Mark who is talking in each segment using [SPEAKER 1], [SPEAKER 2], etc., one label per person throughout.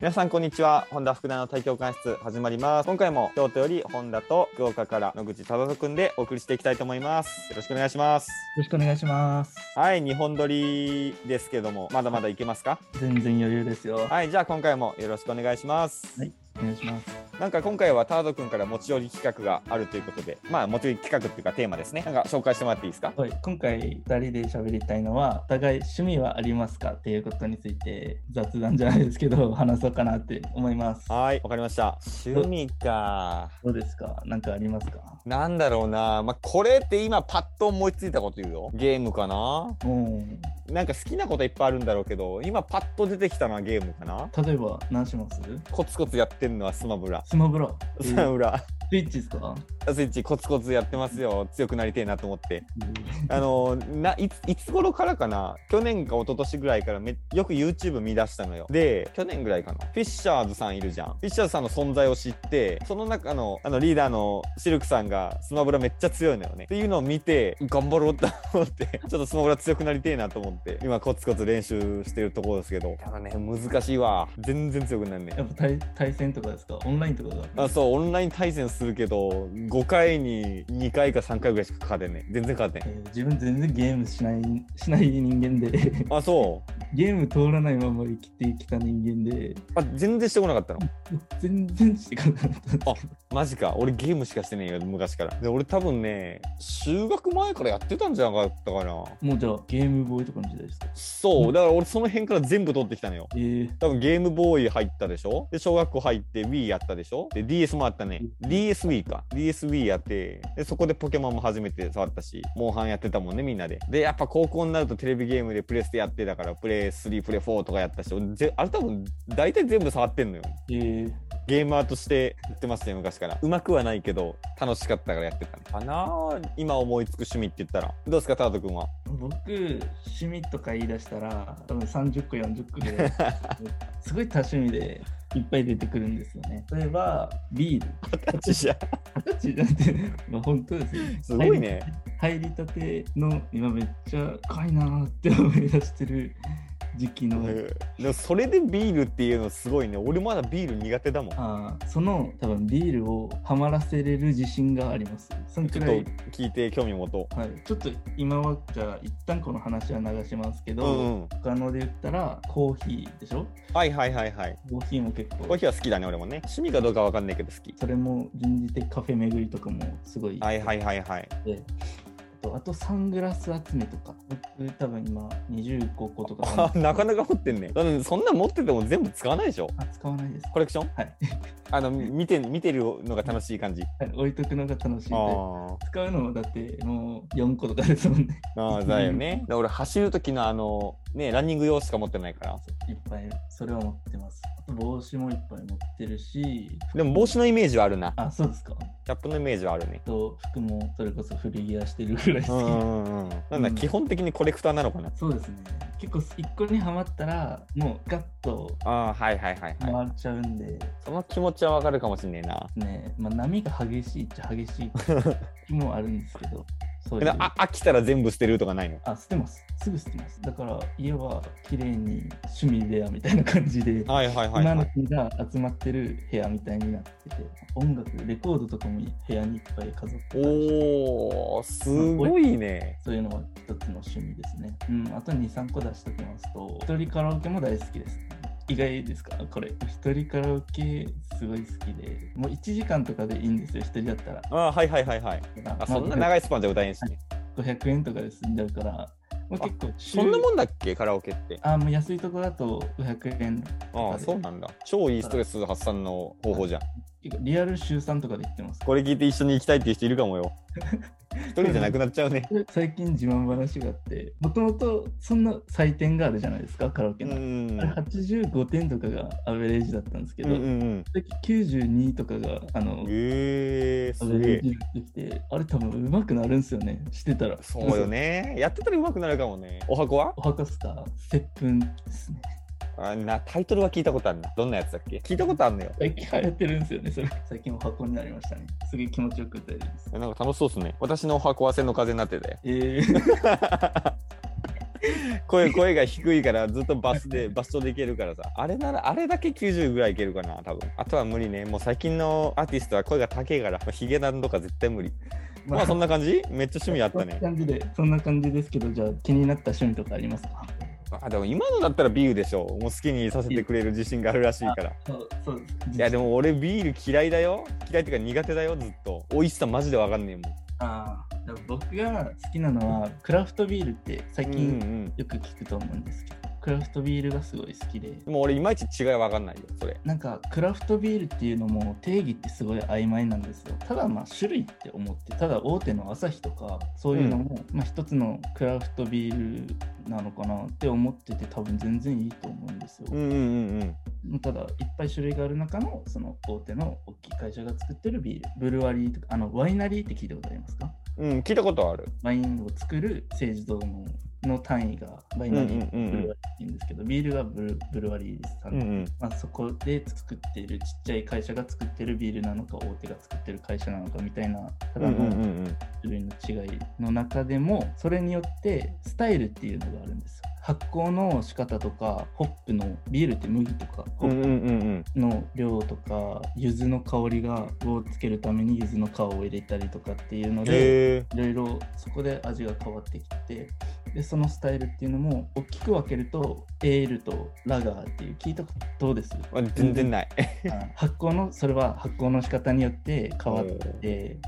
[SPEAKER 1] 皆さんこんにちは本田福田の対局官室始まります今回も京都より本田と福岡から野口忠人くんでお送りしていきたいと思いますよろしくお願いします
[SPEAKER 2] ろしくお願いします。
[SPEAKER 1] はい日本撮りですけどもまだまだいけますか
[SPEAKER 2] 全然余裕ですよ。は
[SPEAKER 1] はいじゃあ今回もよろしくお願いします、
[SPEAKER 2] い、お願いします。
[SPEAKER 1] なんか今回はタードくんから持ち寄り企画があるということでまあ持ち寄り企画っていうかテーマですねなんか紹介してもらっていいですか
[SPEAKER 2] はい、今回二人で喋りたいのは、お互い趣味はありますかっていうことについて雑談じゃないですけど、 話そうかなって思います。
[SPEAKER 1] はいわかりました趣味か
[SPEAKER 2] どうですかなんかありますか
[SPEAKER 1] なんだろうなまあこれって今パッと思いついたこと言うよゲームかな
[SPEAKER 2] うん。
[SPEAKER 1] なんか好きなこといっぱいあるんだろうけど今パッと出てきたのはゲームかな
[SPEAKER 2] 例えば何します
[SPEAKER 1] コツコツやってんのはスマブラ
[SPEAKER 2] スマブラ。え
[SPEAKER 1] スマ
[SPEAKER 2] ー
[SPEAKER 1] ブラ
[SPEAKER 2] スイッチですか、
[SPEAKER 1] スイッチコツコツやってますよ強くなりてえなと思ってあのないついつ頃からかな去年か一昨年ぐらいからめよく YouTube 見出したのよで去年ぐらいかなフィッシャーズさんいるじゃんフィッシャーズさんの存在を知ってその中のあのリーダーのシルクさんがスマブラめっちゃ強いのよねっていうのを見て頑張ろうと思って ちょっとスマブラ強くなりてえなと思って今コツコツ練習してるところですけどただね難しいわ全然強くなんね
[SPEAKER 2] やっぱ対対戦とかですかオンラインとかが
[SPEAKER 1] あそうオンライン対戦するけど5回に2回か3回ぐらいしか勝てんね全然勝てん
[SPEAKER 2] えー自分全然ゲームしない しない人間で
[SPEAKER 1] あそう
[SPEAKER 2] ゲーム通らないまま生きてきた人間で
[SPEAKER 1] あ全然してこなかったの
[SPEAKER 2] 全然してかなかった
[SPEAKER 1] マジか俺ゲームしかしてねえよ昔からで俺多分ね修学前からやってたんじゃなかったかな
[SPEAKER 2] もうじゃあゲームボーイとかの時代ですか
[SPEAKER 1] そうだから俺その辺から全部取ってきたのよ
[SPEAKER 2] えー、
[SPEAKER 1] 多分ゲームボーイ入ったでしょで小学校入って Wii やったでしょで DS もあったね DSW か DSW やってでそこでポケモンも初めて触ったしモンハンやってたもんねみんなででやっぱ高校になるとテレビゲームでプレステやってたからプレイ3プレイ4とかやったし俺ぜあれ多分大体全部触ってんのよ
[SPEAKER 2] えー、
[SPEAKER 1] ゲーマーとしてやってましたよ昔からうまくはないけど楽しかったからやってたねかなあ今思いつく趣味って言ったらどうですかタート君は
[SPEAKER 2] 僕趣味とか言い出したら多分30個40個 ぐらいすごい多趣味でいっぱい出てくるんですよね例えばビール二十歳なんてまあ本当ですよ
[SPEAKER 1] すごいね
[SPEAKER 2] 入りたての今めっちゃ深いなーって思い出してる時期
[SPEAKER 1] う
[SPEAKER 2] の、
[SPEAKER 1] んでもそれでビールっていうのすごいね俺まだビール苦手だもん
[SPEAKER 2] あーその多分ビールをハマらせれる自信がありますその
[SPEAKER 1] ち
[SPEAKER 2] く
[SPEAKER 1] ょっ
[SPEAKER 2] ら
[SPEAKER 1] と
[SPEAKER 2] い
[SPEAKER 1] 聞いて興味持と
[SPEAKER 2] はい、ちょっと今はじゃあ一旦この話は流しますけ
[SPEAKER 1] う
[SPEAKER 2] ど、
[SPEAKER 1] うんうん
[SPEAKER 2] 他ので言ったらコーヒーでしょ
[SPEAKER 1] はいはいはいはい
[SPEAKER 2] コーヒーも結
[SPEAKER 1] コー
[SPEAKER 2] 構
[SPEAKER 1] ヒーは好きだね俺もね趣味かどうかわかんないけど好き
[SPEAKER 2] それも人じてカフェ巡りとかもすごい
[SPEAKER 1] はいはいはいはい
[SPEAKER 2] であとあとサングラス集めとか僕多分今25個と か
[SPEAKER 1] あなかなか持ってんねだってそんな持ってても全部使わないでしょ
[SPEAKER 2] あ使わないです
[SPEAKER 1] コレクション
[SPEAKER 2] はい
[SPEAKER 1] あの見て見てるのが楽しい感じ
[SPEAKER 2] はい置いとくのが楽しいんで
[SPEAKER 1] ああ
[SPEAKER 2] 使うのもだってもう4個とかですもんね
[SPEAKER 1] ああだよね。俺走る時のあのねランニング用しか持ってないから。
[SPEAKER 2] いっぱいそれは持ってますあと帽子もいっぱい持ってるし
[SPEAKER 1] でも帽子のイメージはあるな。
[SPEAKER 2] あそうですか
[SPEAKER 1] キャップのイメージはあるね。
[SPEAKER 2] と服もそれこそ古着屋してるぐらい
[SPEAKER 1] うん
[SPEAKER 2] 好き
[SPEAKER 1] うんうん。なんだ
[SPEAKER 2] うん
[SPEAKER 1] 基本的にコレクターなのかな。
[SPEAKER 2] そうですね結構1個にはまったらもうガッと
[SPEAKER 1] ああはいはいはい
[SPEAKER 2] 回
[SPEAKER 1] はい。
[SPEAKER 2] っちゃうんで、
[SPEAKER 1] その気持ちはわかるかもしんねえな。
[SPEAKER 2] ねまあ、波が激しいっちゃ激しい気もあるんですけどそうい
[SPEAKER 1] で
[SPEAKER 2] う
[SPEAKER 1] あ飽きたら全部捨てるとかないの。
[SPEAKER 2] あ捨てますすぐ捨てますだから家は綺麗に趣味部屋みたいな感じで、
[SPEAKER 1] はいはいはいは
[SPEAKER 2] 今の
[SPEAKER 1] い。
[SPEAKER 2] 日が集まってる部屋みたいになってて音楽レコードとかも部屋にいっぱい飾ってたりして
[SPEAKER 1] おおすごいね。
[SPEAKER 2] そういうのは一つの趣味ですね。うん、あと2、3個出しときますと、一人カラオケも大好きです。意外ですかこれ。一人カラオケすごい好きで、もう1時間とかでいいんですよ、一人だったら。
[SPEAKER 1] ああはいはいはいはい。あそんな長いスパンじゃ歌えんしね。
[SPEAKER 2] 500円とかで済んじゃうから、もう結構週、
[SPEAKER 1] そんなもんだっけカラオケって。
[SPEAKER 2] あ、もう安いとこだと500円。
[SPEAKER 1] ああそうなんだ。超いいストレス発散の方法じゃん。
[SPEAKER 2] リアル週3とかで行ってます。
[SPEAKER 1] これ聞いて一緒に行きたいっていう人いるかも よ。一人じゃなくなっちゃうね。
[SPEAKER 2] 最近自慢話があって、もともとそんな採点があるじゃないですか、カラオケ
[SPEAKER 1] う
[SPEAKER 2] の。
[SPEAKER 1] ん
[SPEAKER 2] あれ85点 とかがアベレージだったんですけ
[SPEAKER 1] う
[SPEAKER 2] ど、
[SPEAKER 1] んうん
[SPEAKER 2] 最近92とかがあ
[SPEAKER 1] う
[SPEAKER 2] の
[SPEAKER 1] ん。えー、
[SPEAKER 2] ア
[SPEAKER 1] す
[SPEAKER 2] ベ
[SPEAKER 1] げ
[SPEAKER 2] レー
[SPEAKER 1] え。
[SPEAKER 2] ジできてあれ多分上手くなるんですよねしてたら
[SPEAKER 1] そうよね。やってたら上手くなるかもね。お箱は
[SPEAKER 2] お墓っすか接吻ですね
[SPEAKER 1] あなタイトルは聞いたことあるな。どんなやつだっけ聞いたことあるのよ。
[SPEAKER 2] 最近流行ってるんですよねそれ最近お箱になりましたねすげえ気持ちよく歌えるんです
[SPEAKER 1] なんか楽しそうっすね。私のお箱は背の風になってたよ。
[SPEAKER 2] えー
[SPEAKER 1] 声声が低いからずっとバス でバストでいけるからさあれならあれだけ90ぐらいいけるかな多分あとは無理ねもう最近のアーティストは声が高いからまあヒゲダンとか絶対無理 まあそんな感じめっちゃ趣味あった ね
[SPEAKER 2] そんな感じで、そんな感じですけど、じゃあ気になった趣味とかありますか
[SPEAKER 1] あでも今のだったらビールでしょもう好きにさせてくれる自信があるらしいから
[SPEAKER 2] そうそうで
[SPEAKER 1] い
[SPEAKER 2] す。
[SPEAKER 1] やで
[SPEAKER 2] も。
[SPEAKER 1] も俺ビール嫌いだよ嫌いっていうか苦手だよずっと美味しさマジで分かんねえもん
[SPEAKER 2] あーでも僕が好きなのは、クラフトビールって最
[SPEAKER 1] うん
[SPEAKER 2] 近
[SPEAKER 1] うん
[SPEAKER 2] よく聞くと思うんですけど、クラフトビールがすごい好きで、
[SPEAKER 1] でも俺いまいち違い分かんないよそれ
[SPEAKER 2] なんかクラフトビールっていうのも定義ってすごい曖昧なんですよ。ただまあ種類って思って、ただ大手の朝日とかそういうのも、まあ一つのクラフトビールなのかなって思ってて多分全然いいと思うんですよ。
[SPEAKER 1] うんうんうんうん
[SPEAKER 2] ただいっぱい種類がある中のその大手の大きい会社が作ってるビールブルワリーとかあのワイナリーって聞いたことありますか
[SPEAKER 1] うん聞いたことある
[SPEAKER 2] ワインを作る製造のの単位がワイナリー、
[SPEAKER 1] うんうんうん
[SPEAKER 2] ブルワリーって言うんですけどビールはブルブルワリーさん、
[SPEAKER 1] うんうん
[SPEAKER 2] まあ、そこで作ってるちっちゃい会社が作ってるビールなのか大手が作ってる会社なのかみたいなた
[SPEAKER 1] うんう
[SPEAKER 2] だ
[SPEAKER 1] んう
[SPEAKER 2] の
[SPEAKER 1] んうん
[SPEAKER 2] 種類の違いの中でもそれによってスタイルっていうのがあるんですよ発酵の仕方とかホップのビールって麦とかホ
[SPEAKER 1] う
[SPEAKER 2] ッ
[SPEAKER 1] ん
[SPEAKER 2] プ
[SPEAKER 1] うんうん
[SPEAKER 2] の量とか柚子の香りがをつけるために柚子の皮を入れたりとかっていうの
[SPEAKER 1] うん
[SPEAKER 2] で
[SPEAKER 1] へ
[SPEAKER 2] いろいろそこで味が変わってきてでそのスタイルっていうのも大きく分けるとエールとラガーっていう聞いたことどうです
[SPEAKER 1] え全然ない
[SPEAKER 2] あ発酵のそれは発酵の仕方によって変わってで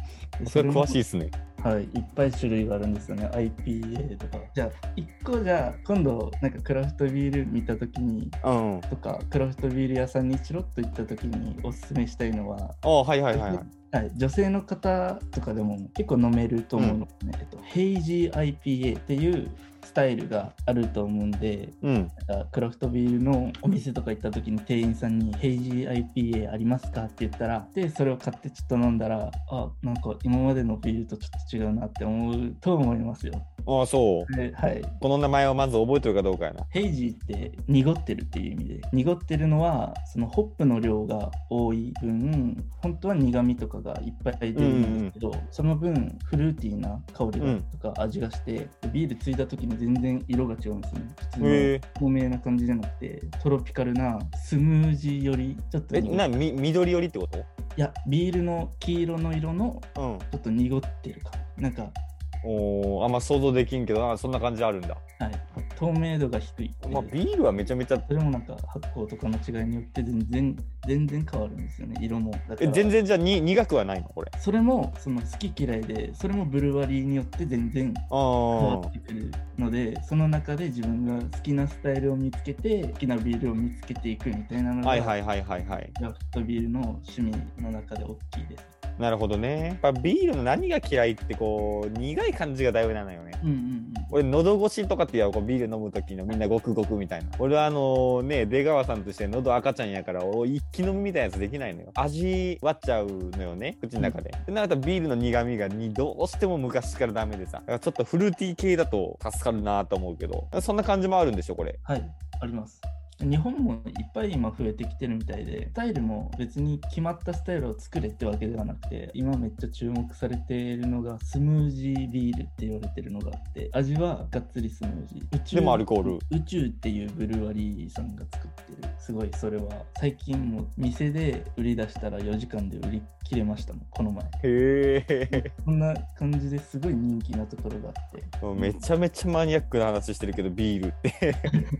[SPEAKER 1] それ
[SPEAKER 2] も
[SPEAKER 1] 詳しいっすね
[SPEAKER 2] はい、いっぱい種類があるんですよね IPA とかじゃあ1個じゃあ今度なんかクラフトビール見た時に
[SPEAKER 1] うんあ
[SPEAKER 2] とかクラフトビール屋さんにチロッと行った時におすすめしたいのは、
[SPEAKER 1] はいはいはいはい
[SPEAKER 2] はい、女性の方とかでも結構飲めると思うので、ねえっと、ヘイジー IPA っていうスタイルがあると思うんで
[SPEAKER 1] うん
[SPEAKER 2] なんかクラフトビールのお店とか行った時に店員さんに「ヘイジー IPA ありますか?」って言ったらでそれを買ってちょっと飲んだらあなんか今までのビールとちょっと違うなって思うと思いますよ。
[SPEAKER 1] ああそう
[SPEAKER 2] ではい、
[SPEAKER 1] この名前をまず覚えてるかどうかやな
[SPEAKER 2] ヘイジーって濁ってるっていう意味で濁ってるのはそのホップの量が多い分本当は苦味とかがいっぱい出るんですけど、その分フルーティーな香り
[SPEAKER 1] うん
[SPEAKER 2] がとか味がして、ビールついた時に全然色が違うんですよね普通
[SPEAKER 1] へ
[SPEAKER 2] の透明な感じじゃなくてトロピカルなスムージーよりちょっと
[SPEAKER 1] え
[SPEAKER 2] 濁っ
[SPEAKER 1] なみ緑寄りってこ
[SPEAKER 2] いやビールの黄色の色の
[SPEAKER 1] とうん
[SPEAKER 2] ちょっと濁ってる感じなんか、
[SPEAKER 1] おーあんま想像できんけどあそんな感じあるんだ
[SPEAKER 2] はい、透明度が低い。
[SPEAKER 1] まあビールはめちゃめちゃ
[SPEAKER 2] それもなんか発酵とかの違いによって全然全然変わるんですよね色もだか
[SPEAKER 1] え
[SPEAKER 2] ら
[SPEAKER 1] 全然じゃあに苦くはないのこれ
[SPEAKER 2] それもその好き嫌いでそれもブルワリーによって全然変わ
[SPEAKER 1] あ
[SPEAKER 2] ってくるのでその中で自分が好きなスタイルを見つけて好きなビールを見つけていくみたいなの
[SPEAKER 1] あ
[SPEAKER 2] が、
[SPEAKER 1] はいはいはいはいはい
[SPEAKER 2] クラフトビールの趣味の中で大きいです。
[SPEAKER 1] なるほどねやっぱビールの何が嫌いってこう苦い感じがだいぶなのよね
[SPEAKER 2] うんうん
[SPEAKER 1] 俺喉越しとかってやうこうビール飲む時のみんなごくごくみたいな俺はあのね出川さんとして喉赤ちゃんやからお一気飲みみたいなやつできないのよ味割っちゃうのよね口の中で、でなんかビールの苦味がにどうしても昔からダメでさだからちょっとフルーティー系だと助かるなと思うけどそんな感じもあるんでしょこれ
[SPEAKER 2] はいあります。日本もいっぱい今増えてきてるみたいでスタイルも別に決まったスタイルを作れってわけではなくて今めっちゃ注目されているのがスムージービールって言われてるのがあって味はがっつりスムージー宇宙
[SPEAKER 1] でもアルコール
[SPEAKER 2] 宇宙っていうブルワリーさんが作ってるすごいそれは最近もう店で売り出したら4時間で売り切れましたもんこの前
[SPEAKER 1] へえ
[SPEAKER 2] こんな感じですごい人気なところがあって
[SPEAKER 1] めちゃめちゃマニアックな話してるけどビールって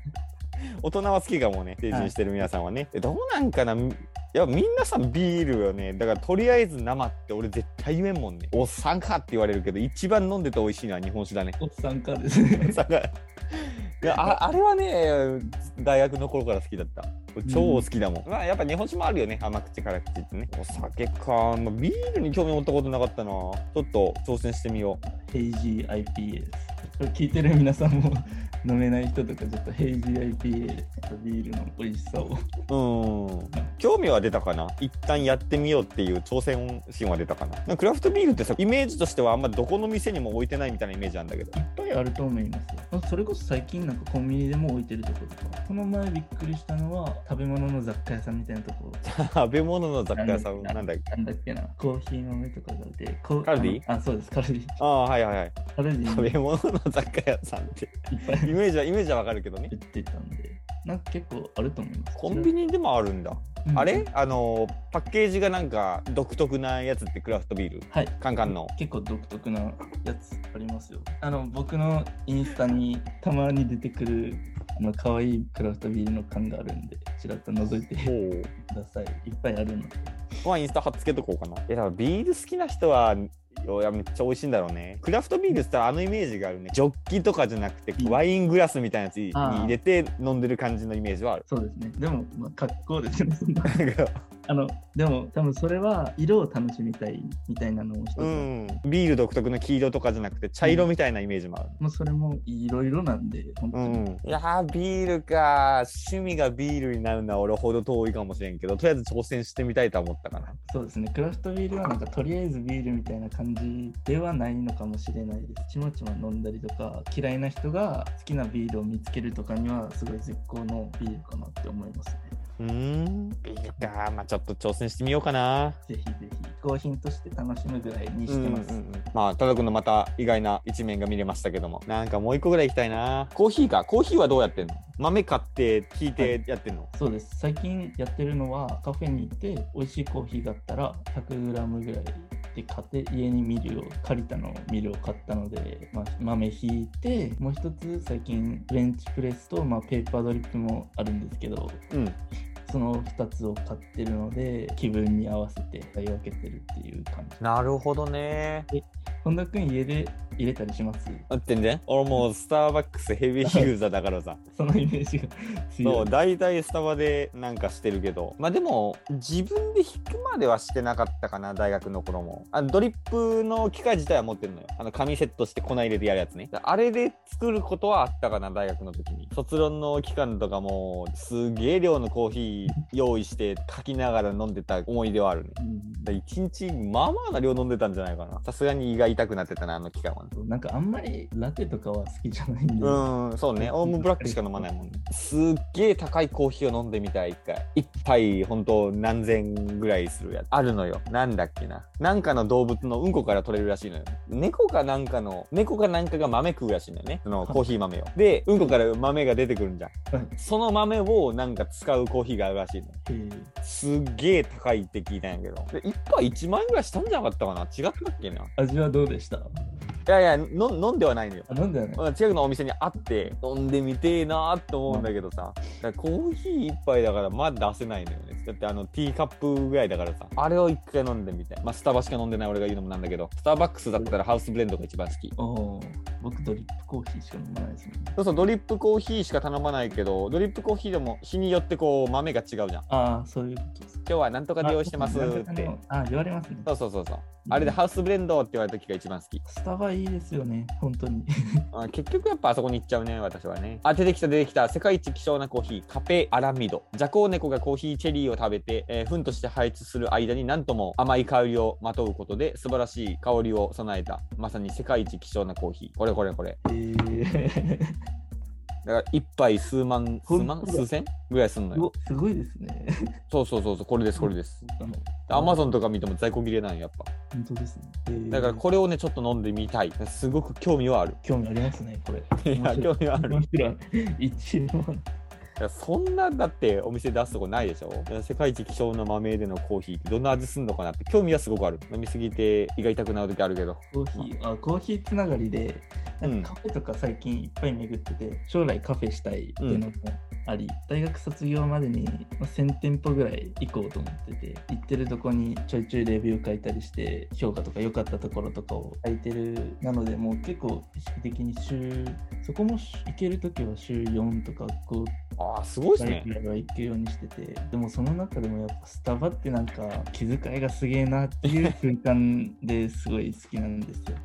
[SPEAKER 1] 大人は好きかもね成人してる皆さんはね、えどうなんかなみいやみんなさビールよねだからとりあえず生って俺絶対言えんもんねおっさんかって言われるけど一番飲んでて美味しいのは日本酒だね
[SPEAKER 2] おっさんからですね
[SPEAKER 1] さ いやああれはね大学の頃から好きだった俺超好きだもん、まあやっぱ日本酒もあるよね甘口辛口ってねお酒か、まあ、ビールに興味持ったことなかったなちょっと挑戦してみよう
[SPEAKER 2] ヘイジー IPA ですこれ聞いてる皆さんも飲めない人とかちょっとヘイジー IPA でビールの美味しさを
[SPEAKER 1] うん興味は出たかな一旦やってみようっていう挑戦心は出たかななんかクラフトビールってさイメージとしてはあんまどこの店にも置いてないみたいなイメージなんだけど一般
[SPEAKER 2] いあると思います。それこそ最近なんかコンビニでも置いてるとことか。この前びっくりしたのは食べ物の雑貨屋さんみたいなとこ。
[SPEAKER 1] 食べ物の雑貨屋さんなんだっけ
[SPEAKER 2] なんだっけな。コーヒー豆とかがあって。コ
[SPEAKER 1] カルディ
[SPEAKER 2] あのあ、そうです。カルディ。
[SPEAKER 1] ああはいはいはい
[SPEAKER 2] カルディ
[SPEAKER 1] 食
[SPEAKER 2] に
[SPEAKER 1] べ
[SPEAKER 2] いっ
[SPEAKER 1] 物の雑貨屋さんって
[SPEAKER 2] ぱ
[SPEAKER 1] イ
[SPEAKER 2] い
[SPEAKER 1] メージはイメージはわかるけどね
[SPEAKER 2] 売ってたんで。なんか結構あると思います。
[SPEAKER 1] コンビニでもあるんだ
[SPEAKER 2] うん
[SPEAKER 1] あれあのパッケージがなんか独特なやつってクラフトビール
[SPEAKER 2] はい。
[SPEAKER 1] カンカンの
[SPEAKER 2] 結構独特なやつありますよあの僕のインスタにたまに出てくるあの可愛いクラフトビールの缶があるんでちらっと覗いてく
[SPEAKER 1] ほう
[SPEAKER 2] ださいいっぱいあるので
[SPEAKER 1] まあインスタ貼っつけとこうかな。いや、だからビール好きな人は、いやめっちゃ美味しいんだろうね。クラフトビールって言ったらあのイメージがあるね。ジョッキとかじゃなくて
[SPEAKER 2] う、ん
[SPEAKER 1] ワイングラスみたいなやつに
[SPEAKER 2] あー
[SPEAKER 1] 入れて飲んでる感じのイメージはある。
[SPEAKER 2] そうですねでも、まあ、格好ですねそ んな
[SPEAKER 1] なんか
[SPEAKER 2] あのでも多分それは色を楽しみたいみたいなのも一つ、
[SPEAKER 1] うん、ビール独特の黄色とかじゃなくて茶色みたいなイメージもある。
[SPEAKER 2] もうそれもいろいろなんで本当
[SPEAKER 1] う
[SPEAKER 2] に、
[SPEAKER 1] ん、いやービールか趣味がビールになるのは俺ほど遠いかもしれんけどとりあえず挑戦してみたいとは思ったかな
[SPEAKER 2] そうですねクラフトビールはなんかとりあえずビールみたいな感じではないのかもしれないですちまちま飲んだりとか嫌いな人が好きなビールを見つけるとかにはすごい絶好のビールかなって思いますね
[SPEAKER 1] うーんビールかまあちょっと挑戦してみようかな
[SPEAKER 2] ぜひぜひ嗜品として楽しむぐらいにしてます、
[SPEAKER 1] うんうんうんまあただくんのまた意外な一面が見れましたけどもなんかもう一個ぐらい行きたいなコーヒーかコーヒーはどうやってんの豆買ってひいてやってんの、
[SPEAKER 2] そうです最近やってるのはカフェに行って美味しいコーヒーがあったら 100g ぐらいで買って家にミルを借りたのミルを買ったので、まあ、豆ひいてもう一つ最近フレンチプレスと、まあ、ペーパードリップもあるんですけど
[SPEAKER 1] うん
[SPEAKER 2] その2つを買ってるので気分に合わせて買い分けてるっていう感じ
[SPEAKER 1] なるほどね
[SPEAKER 2] 本田君家で入れたりします
[SPEAKER 1] あってんね俺もうスターバックスヘビーユーザーだからさ
[SPEAKER 2] そのイメージが強い
[SPEAKER 1] そう大体スタバでなんかしてるけどまあでも自分で引くまではしてなかったかな大学の頃もあのドリップの機械自体は持ってるのよあの紙セットして粉入れてやるやつねあれで作ることはあったかな大学の時に卒論の期間とかもすげえ量のコーヒー用意して書きながら飲んでた思い出はあるね
[SPEAKER 2] うん
[SPEAKER 1] だ1日まあまあな量飲んでたんじゃないかなさすがに胃が痛くなってたなあの期間はね
[SPEAKER 2] なんかあんまりラテとかは好きじゃないんで、
[SPEAKER 1] うん、そうね。オウムブラックしか飲まないもんね。すっげえ高いコーヒーを飲んでみたい、一回。一杯、ほんと何千ぐらいするやつ。あるのよ。なんだっけな。なんかの動物のうんこから取れるらしいのよ。猫かなんかの、猫かなんかが豆食うらしいのよね。その
[SPEAKER 2] はい
[SPEAKER 1] コーヒー豆を。で、うんこから豆が出てくるんじゃん
[SPEAKER 2] はい。
[SPEAKER 1] その豆をなんか使うコーヒーがあるらしいのよ。
[SPEAKER 2] えー
[SPEAKER 1] すっげえ高いって聞いたんやけど。で、一杯1万円ぐらいしたんじゃなかったかな違ったっけな。い
[SPEAKER 2] 味はどうでした
[SPEAKER 1] やいや、の飲んではないのよ。
[SPEAKER 2] あなんだよね
[SPEAKER 1] まあ近くのお店にあって飲んでみてえなーって思うんだけどさ、だからコーヒー一杯だからまだ出せないのよねだってあのティーカップぐらいだからさあれを一回飲んでみたいまあスタバしか飲んでない俺が言うのもなんだけどスターバックスだったらハウスブレンドが一番好き
[SPEAKER 2] おー僕ドリップコーヒーしか飲まないですもんね
[SPEAKER 1] そうそうドリップコーヒーしか頼まないけどドリップコーヒーでも日によってこう豆が違うじゃん今
[SPEAKER 2] ああそういうことです
[SPEAKER 1] 日はなんとか利用してます
[SPEAKER 2] あ
[SPEAKER 1] っ
[SPEAKER 2] なんか
[SPEAKER 1] て
[SPEAKER 2] ねあ言われますね
[SPEAKER 1] そうそうそうそうあれでハウスブレンドって言われた時が一番好き
[SPEAKER 2] スタバいいですよね本当に
[SPEAKER 1] あ結局やっぱあそこに行っちゃうね私はねあ出てきた出てきた世界一希少なコーヒーカペアラミドジャコウネコがコーヒーチェリーを食べて、えー、糞として排出する間になんとも甘い香りをまとうことで素晴らしい香りを備えたまさに世界一希少なコーヒーこれこれこれ
[SPEAKER 2] えー
[SPEAKER 1] だから一杯数万数万
[SPEAKER 2] 本当だ
[SPEAKER 1] 数千ぐらいすんの
[SPEAKER 2] う
[SPEAKER 1] よ
[SPEAKER 2] お すごいですね
[SPEAKER 1] そうそうそうそうこれですこれです
[SPEAKER 2] あの
[SPEAKER 1] アマゾンとか見ても在庫切れなんよやっぱ
[SPEAKER 2] 本当ですね、えー
[SPEAKER 1] だからこれをねちょっと飲んでみたいすごく興味はある
[SPEAKER 2] 興味ありますねこれ
[SPEAKER 1] いや興味はある
[SPEAKER 2] 面白い一番
[SPEAKER 1] いやそんなだってお店出すとこないでしょいや世界一希少な豆でのコーヒーってどんな味すんのかなって興味はすごくある飲みすぎて胃が痛くなる時あるけど
[SPEAKER 2] コーヒーあコーヒーつながりでなんかカフェとか最近いっぱい巡ってて、将来カフェしたいっていうのもあり、大学卒業までにまあ1000店舗ぐらい行こうと思ってて行ってるとこにちょいちょいレビュー書いたりして評価とか良かったところとかを書いてるなのでもう結構意識的に週そこも行ける時は週4とか5
[SPEAKER 1] ああすごいですね
[SPEAKER 2] ぐらいは行くようにしててでもその中でもやっぱスタバってなんか気遣いがすげえなっていう瞬間ですごい好きなんですよ。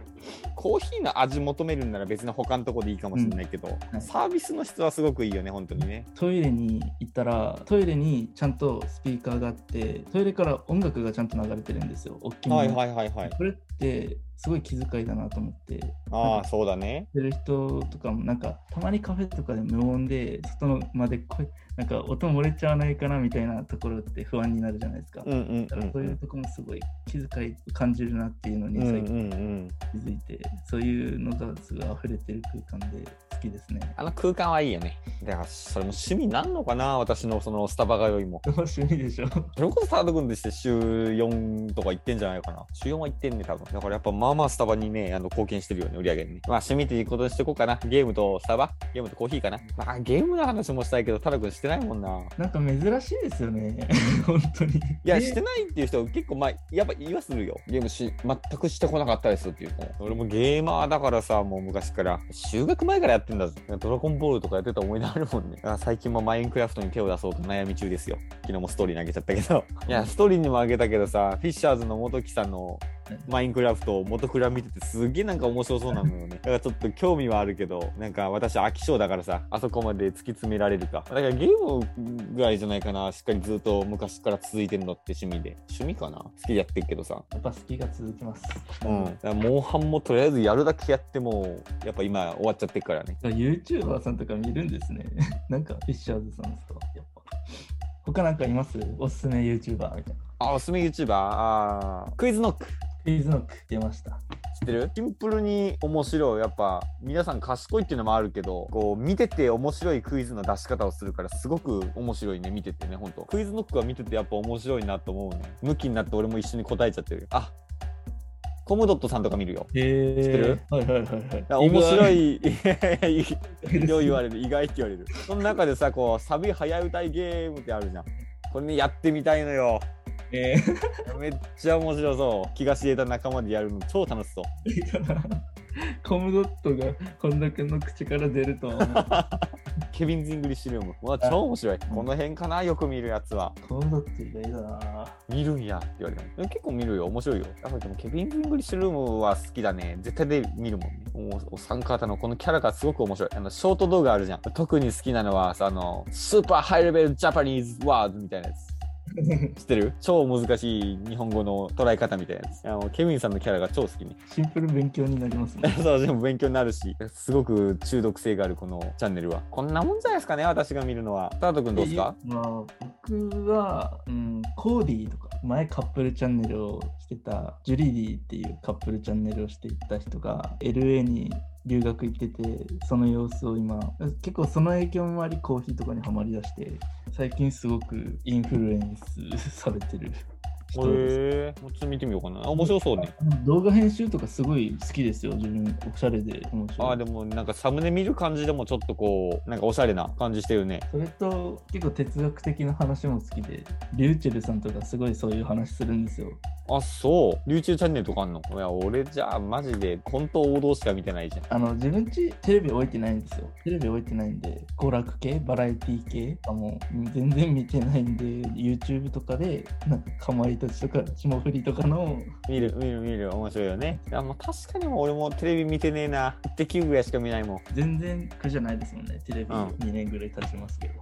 [SPEAKER 1] コーヒーの味求めるんなら別に他のとこでいいかもしれないけど、
[SPEAKER 2] うん
[SPEAKER 1] サービスの質はすごくいいよね本当にね
[SPEAKER 2] トイレに行ったらトイレにちゃんとスピーカーがあってトイレから音楽がちゃんと流れてるんですよ大きな、
[SPEAKER 1] はいはいはいはい
[SPEAKER 2] これってすごい気遣いだなと思って、
[SPEAKER 1] ああ、そうだね。
[SPEAKER 2] やってる人とかも、なんか、たまにカフェとかで無音で、外のまで声、なんか音漏れちゃわないかなみたいなところって不安になるじゃないですか。
[SPEAKER 1] うんうん
[SPEAKER 2] だ
[SPEAKER 1] う
[SPEAKER 2] から
[SPEAKER 1] ん。
[SPEAKER 2] そうういうんとこもすごい気遣い感じるなっていうのに
[SPEAKER 1] うんうん
[SPEAKER 2] 最
[SPEAKER 1] う
[SPEAKER 2] 近
[SPEAKER 1] ん。
[SPEAKER 2] 気づいて、そういうのがすごい溢れてる空間で好きですね。
[SPEAKER 1] あの空間はいいよね。だから、それも趣味になんのかな私のそのスタバがよりも。
[SPEAKER 2] 楽しみでしょ。
[SPEAKER 1] それこそサード君でして週4とか行ってんじゃないかな。週4は行ってんね、多分。だからやっぱまあまあスタバにね、あの貢献してるよね、売り上げにね。まあ趣味ということにしていこうかな。ゲームとスタバゲームとコーヒーかな。まあゲームの話もしたいけど、タダ君してないもんな。
[SPEAKER 2] なんか珍しいですよね。 本当に。い
[SPEAKER 1] いや、してないっていう人結構、まあ、やっぱ言わするよ。ゲームし、全くしてこなかったですっていうの。俺もゲーマーだからさ、もう昔から。修学前からやってんだぜ。ドラゴンボールとかやってた思い出あるもんね。 あ最近もマインクラフトに手を出そうと悩み中ですよ。昨日もストーリー投げちゃったけど。いや、ストーリーにもあげたけどさ、フィッシャーズの元木さんのマインクラフトを元倉見ててすげえなんか面白そうなの よね。だからちょっと興味はあるけど、なんか私飽き性だからさ、あそこまで突き詰められるか。だからゲームぐらいじゃないかな。しっかりずっと昔から続いてるのって趣味で。趣味かな好きでやってるけどさ。
[SPEAKER 2] やっぱ好きが続きます。
[SPEAKER 1] うん。だからモンハンもとりあえずやるだけやっても、やっぱ今終わっちゃってるからね。
[SPEAKER 2] YouTuber さんとか見るんですね。 なんかフィッシャーズさんですかやっぱ。他なんかいますおすすめ YouTuber みたいな。
[SPEAKER 1] あ、おすすめ YouTuber? あークイズノック。
[SPEAKER 2] クイズノック出ました。
[SPEAKER 1] 知ってるシンプルに面白いやっぱ皆さん賢いっていうのもあるけどこう見てて面白いクイズの出し方をするからすごく面白いね見ててねほんとクイズノックは見ててやっぱ面白いなと思うね向きになって俺も一緒に答えちゃってるよあコムドットさんとか見るよ
[SPEAKER 2] へー
[SPEAKER 1] 知ってる
[SPEAKER 2] はいはいはい
[SPEAKER 1] だから
[SPEAKER 2] はい。
[SPEAKER 1] 面白
[SPEAKER 2] 意
[SPEAKER 1] い いやい
[SPEAKER 2] 外
[SPEAKER 1] やよう言われる意外って言われるその中でさこうサビ早歌いゲームってあるじゃんこれねやってみたいのよ
[SPEAKER 2] えー
[SPEAKER 1] めっちゃ面白そう気が知れた仲間でやるの超楽しそう
[SPEAKER 2] コムドットがこんだけの口から出るとは思 う
[SPEAKER 1] ケビン・ズ・イングリッシュ・ルーム。うわ、超面白い。この辺かな、よく見るやつは。
[SPEAKER 2] コムドット意外だな
[SPEAKER 1] 見るんやって言われる。でも結構見るよ、面白いよ。やっぱでもケビン・ズ・イングリッシュ・ルームは好きだね。絶対で見るもんね。もうお三方のこのキャラがすごく面白い。あの、ショート動画あるじゃん。特に好きなのは、さあの、スーパーハイレベル・ジャパニーズ・ワードみたいなやつ。知ってる超難しい日本語の捉え方みたいなやつ。あのケビンさんのキャラが超好きね。
[SPEAKER 2] シンプル勉強になりますね
[SPEAKER 1] そう、でも勉強になるし、すごく中毒性があるこのチャンネルは。こんなもんじゃないですかね、私が見るのは。スタート君どうですか
[SPEAKER 2] まあ、僕は、うん、コーディーとか前カップルチャンネルをしてたジュリディっていうカップルチャンネルをしていた人が LA に留学行っててその様子を今結構その影響もありコーヒーとかにはまりだして最近すごくインフルエンスされてる人です
[SPEAKER 1] へえもうちょっと見てみようかな。あ面白そうね。
[SPEAKER 2] 動画編集とかすごい好きですよ、自分。おしゃれで面白い。
[SPEAKER 1] あーでもなんかサムネ見る感じでもちょっとこうなんかおしゃれな感じしてるね。
[SPEAKER 2] それと結構哲学的な話も好きで、リューチェルさんとかすごいそういう話するんですよ。
[SPEAKER 1] あそう。流中チャンネルとかあんのいや俺じゃあマジで本当王道しか見てないじゃん。
[SPEAKER 2] あの自分ちテレビ置いてないんですよ。テレビ置いてないんで、娯楽系、バラエティ系あもう全然見てないんで、YouTube とかで、なんかかまいたちとか霜降りとかの、
[SPEAKER 1] 見る見る見る面白いよね。いやもう確かにもう俺もテレビ見てねえな。イッテ Q ぐらいしか見ないもん。
[SPEAKER 2] 全然苦じゃないですもんね。テレビ
[SPEAKER 1] うん
[SPEAKER 2] 2年ぐらい経ちますけど。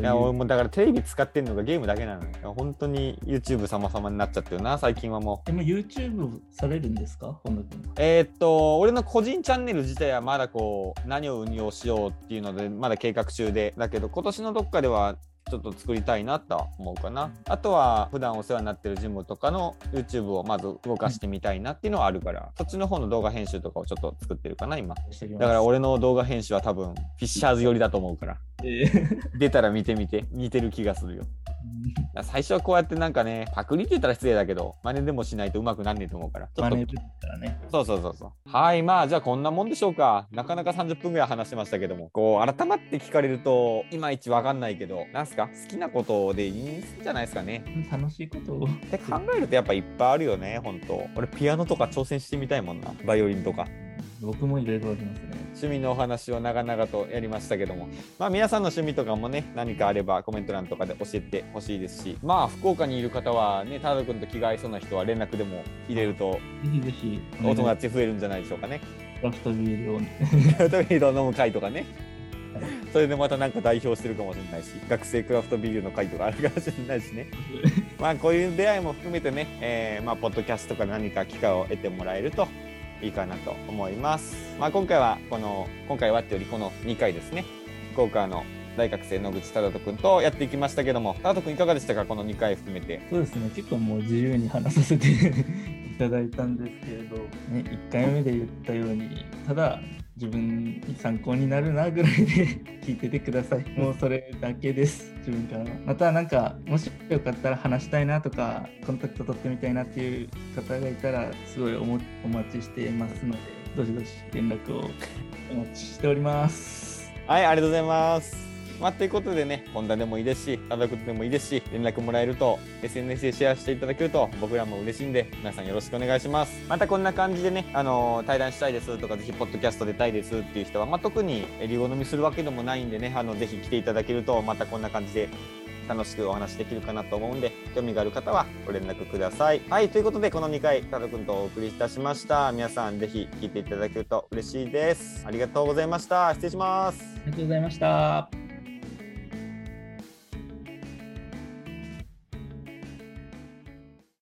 [SPEAKER 1] いや俺もだからテレビ使ってんのがゲームだけなのよ。いや本当に YouTube 様々になっちゃってるな最近はもう。
[SPEAKER 2] でも YouTube されるんですか本田君は。
[SPEAKER 1] えーっと、俺の個人チャンネル自体はまだこう、何を運用しようっていうので、まだ計画中で、だけど今年のどっかでは、ちょっと作りたいなとは思うかな。あとは、普段お世話になってるジムとかの YouTube をまず動かしてみたいなっていうのはあるから、そっちの方の動画編集とかをちょっと作ってるかな、今。
[SPEAKER 2] してきます
[SPEAKER 1] だから、 俺の動画編集は多分、フィッシャーズ寄りだと思うから、
[SPEAKER 2] えー
[SPEAKER 1] 出たら見てみて、似てる気がするよ。だから最初はこうやってなんかね、パクリって言ったら失礼だけど、真似でもしないとうまくなんねえと思うから、ちょ
[SPEAKER 2] マ
[SPEAKER 1] っと
[SPEAKER 2] ネブからね。
[SPEAKER 1] そうそうそうそう。はい、まあじゃあこんなもんでしょうか。なかなか30分ぐらい話してましたけども、こう改まって聞かれるといまいちわかんないけど、なんすか好きなことでいいんじゃないですかね。
[SPEAKER 2] 楽しいことを。
[SPEAKER 1] って考えるとやっぱいっぱいあるよね、ほんと。俺ピアノとか挑戦してみたいもんな。バイオリンとか。
[SPEAKER 2] 僕もいろいろありますね。
[SPEAKER 1] 趣味のお話を長々とやりましたけども、まあ、皆さんの趣味とかもね何かあればコメント欄とかで教えてほしいですしまあ福岡にいる方はねタード君と気が合いそうな人は連絡でも入れると
[SPEAKER 2] ぜひぜひ、
[SPEAKER 1] お友達増えるんじゃないでしょうかね。
[SPEAKER 2] クラフトビールを、ね、
[SPEAKER 1] トミードを飲む会とかねそれでまたなんか代表してるかもしれないし学生クラフトビールの会とかあるかもしれないしねまあこういう出会いも含めてね、えーまあ、ポッドキャストから何か機会を得てもらえるといいかなと思います、まあ、今回はこの今回はってよりこの2回ですね福岡の大学生野口忠人君とやっていきましたけども忠人君いかがでしたかこの2回含めて
[SPEAKER 2] そうですね、結構もう自由に話させて いただいたんですけれど、ね、1回目で言ったように、ただ自分に参考になるなぐらいで 聞いててください。もうそれだけです、自分からは。またなんか、もしよかったら話したいなとか、コンタクト取ってみたいなっていう方がいたら、すごいおもお待ちしてますので、どしどし連絡をお待ちしております。
[SPEAKER 1] はい、ありがとうございます。まあ、ということでね、本題でもいいですし、食べることでもいいですし、連絡もらえると、SNS でシェアしていただけると、僕らも嬉しいんで、皆さんよろしくお願いします。またこんな感じでね、あのー対談したいですとか、ぜひ、ポッドキャスト出たいですっていう人は、まあ、特に、えリゴ飲みするわけでもないんでね、あの、ぜひ来ていただけると、またこんな感じで、楽しくお話できるかなと思うんで、興味がある方はご連絡ください。はい、ということで、この2回、タロ君とお送りいたしました。皆さん、ぜひ聞いていただけると嬉しいです。ありがとうございました。失礼します。
[SPEAKER 2] ありがとうございました。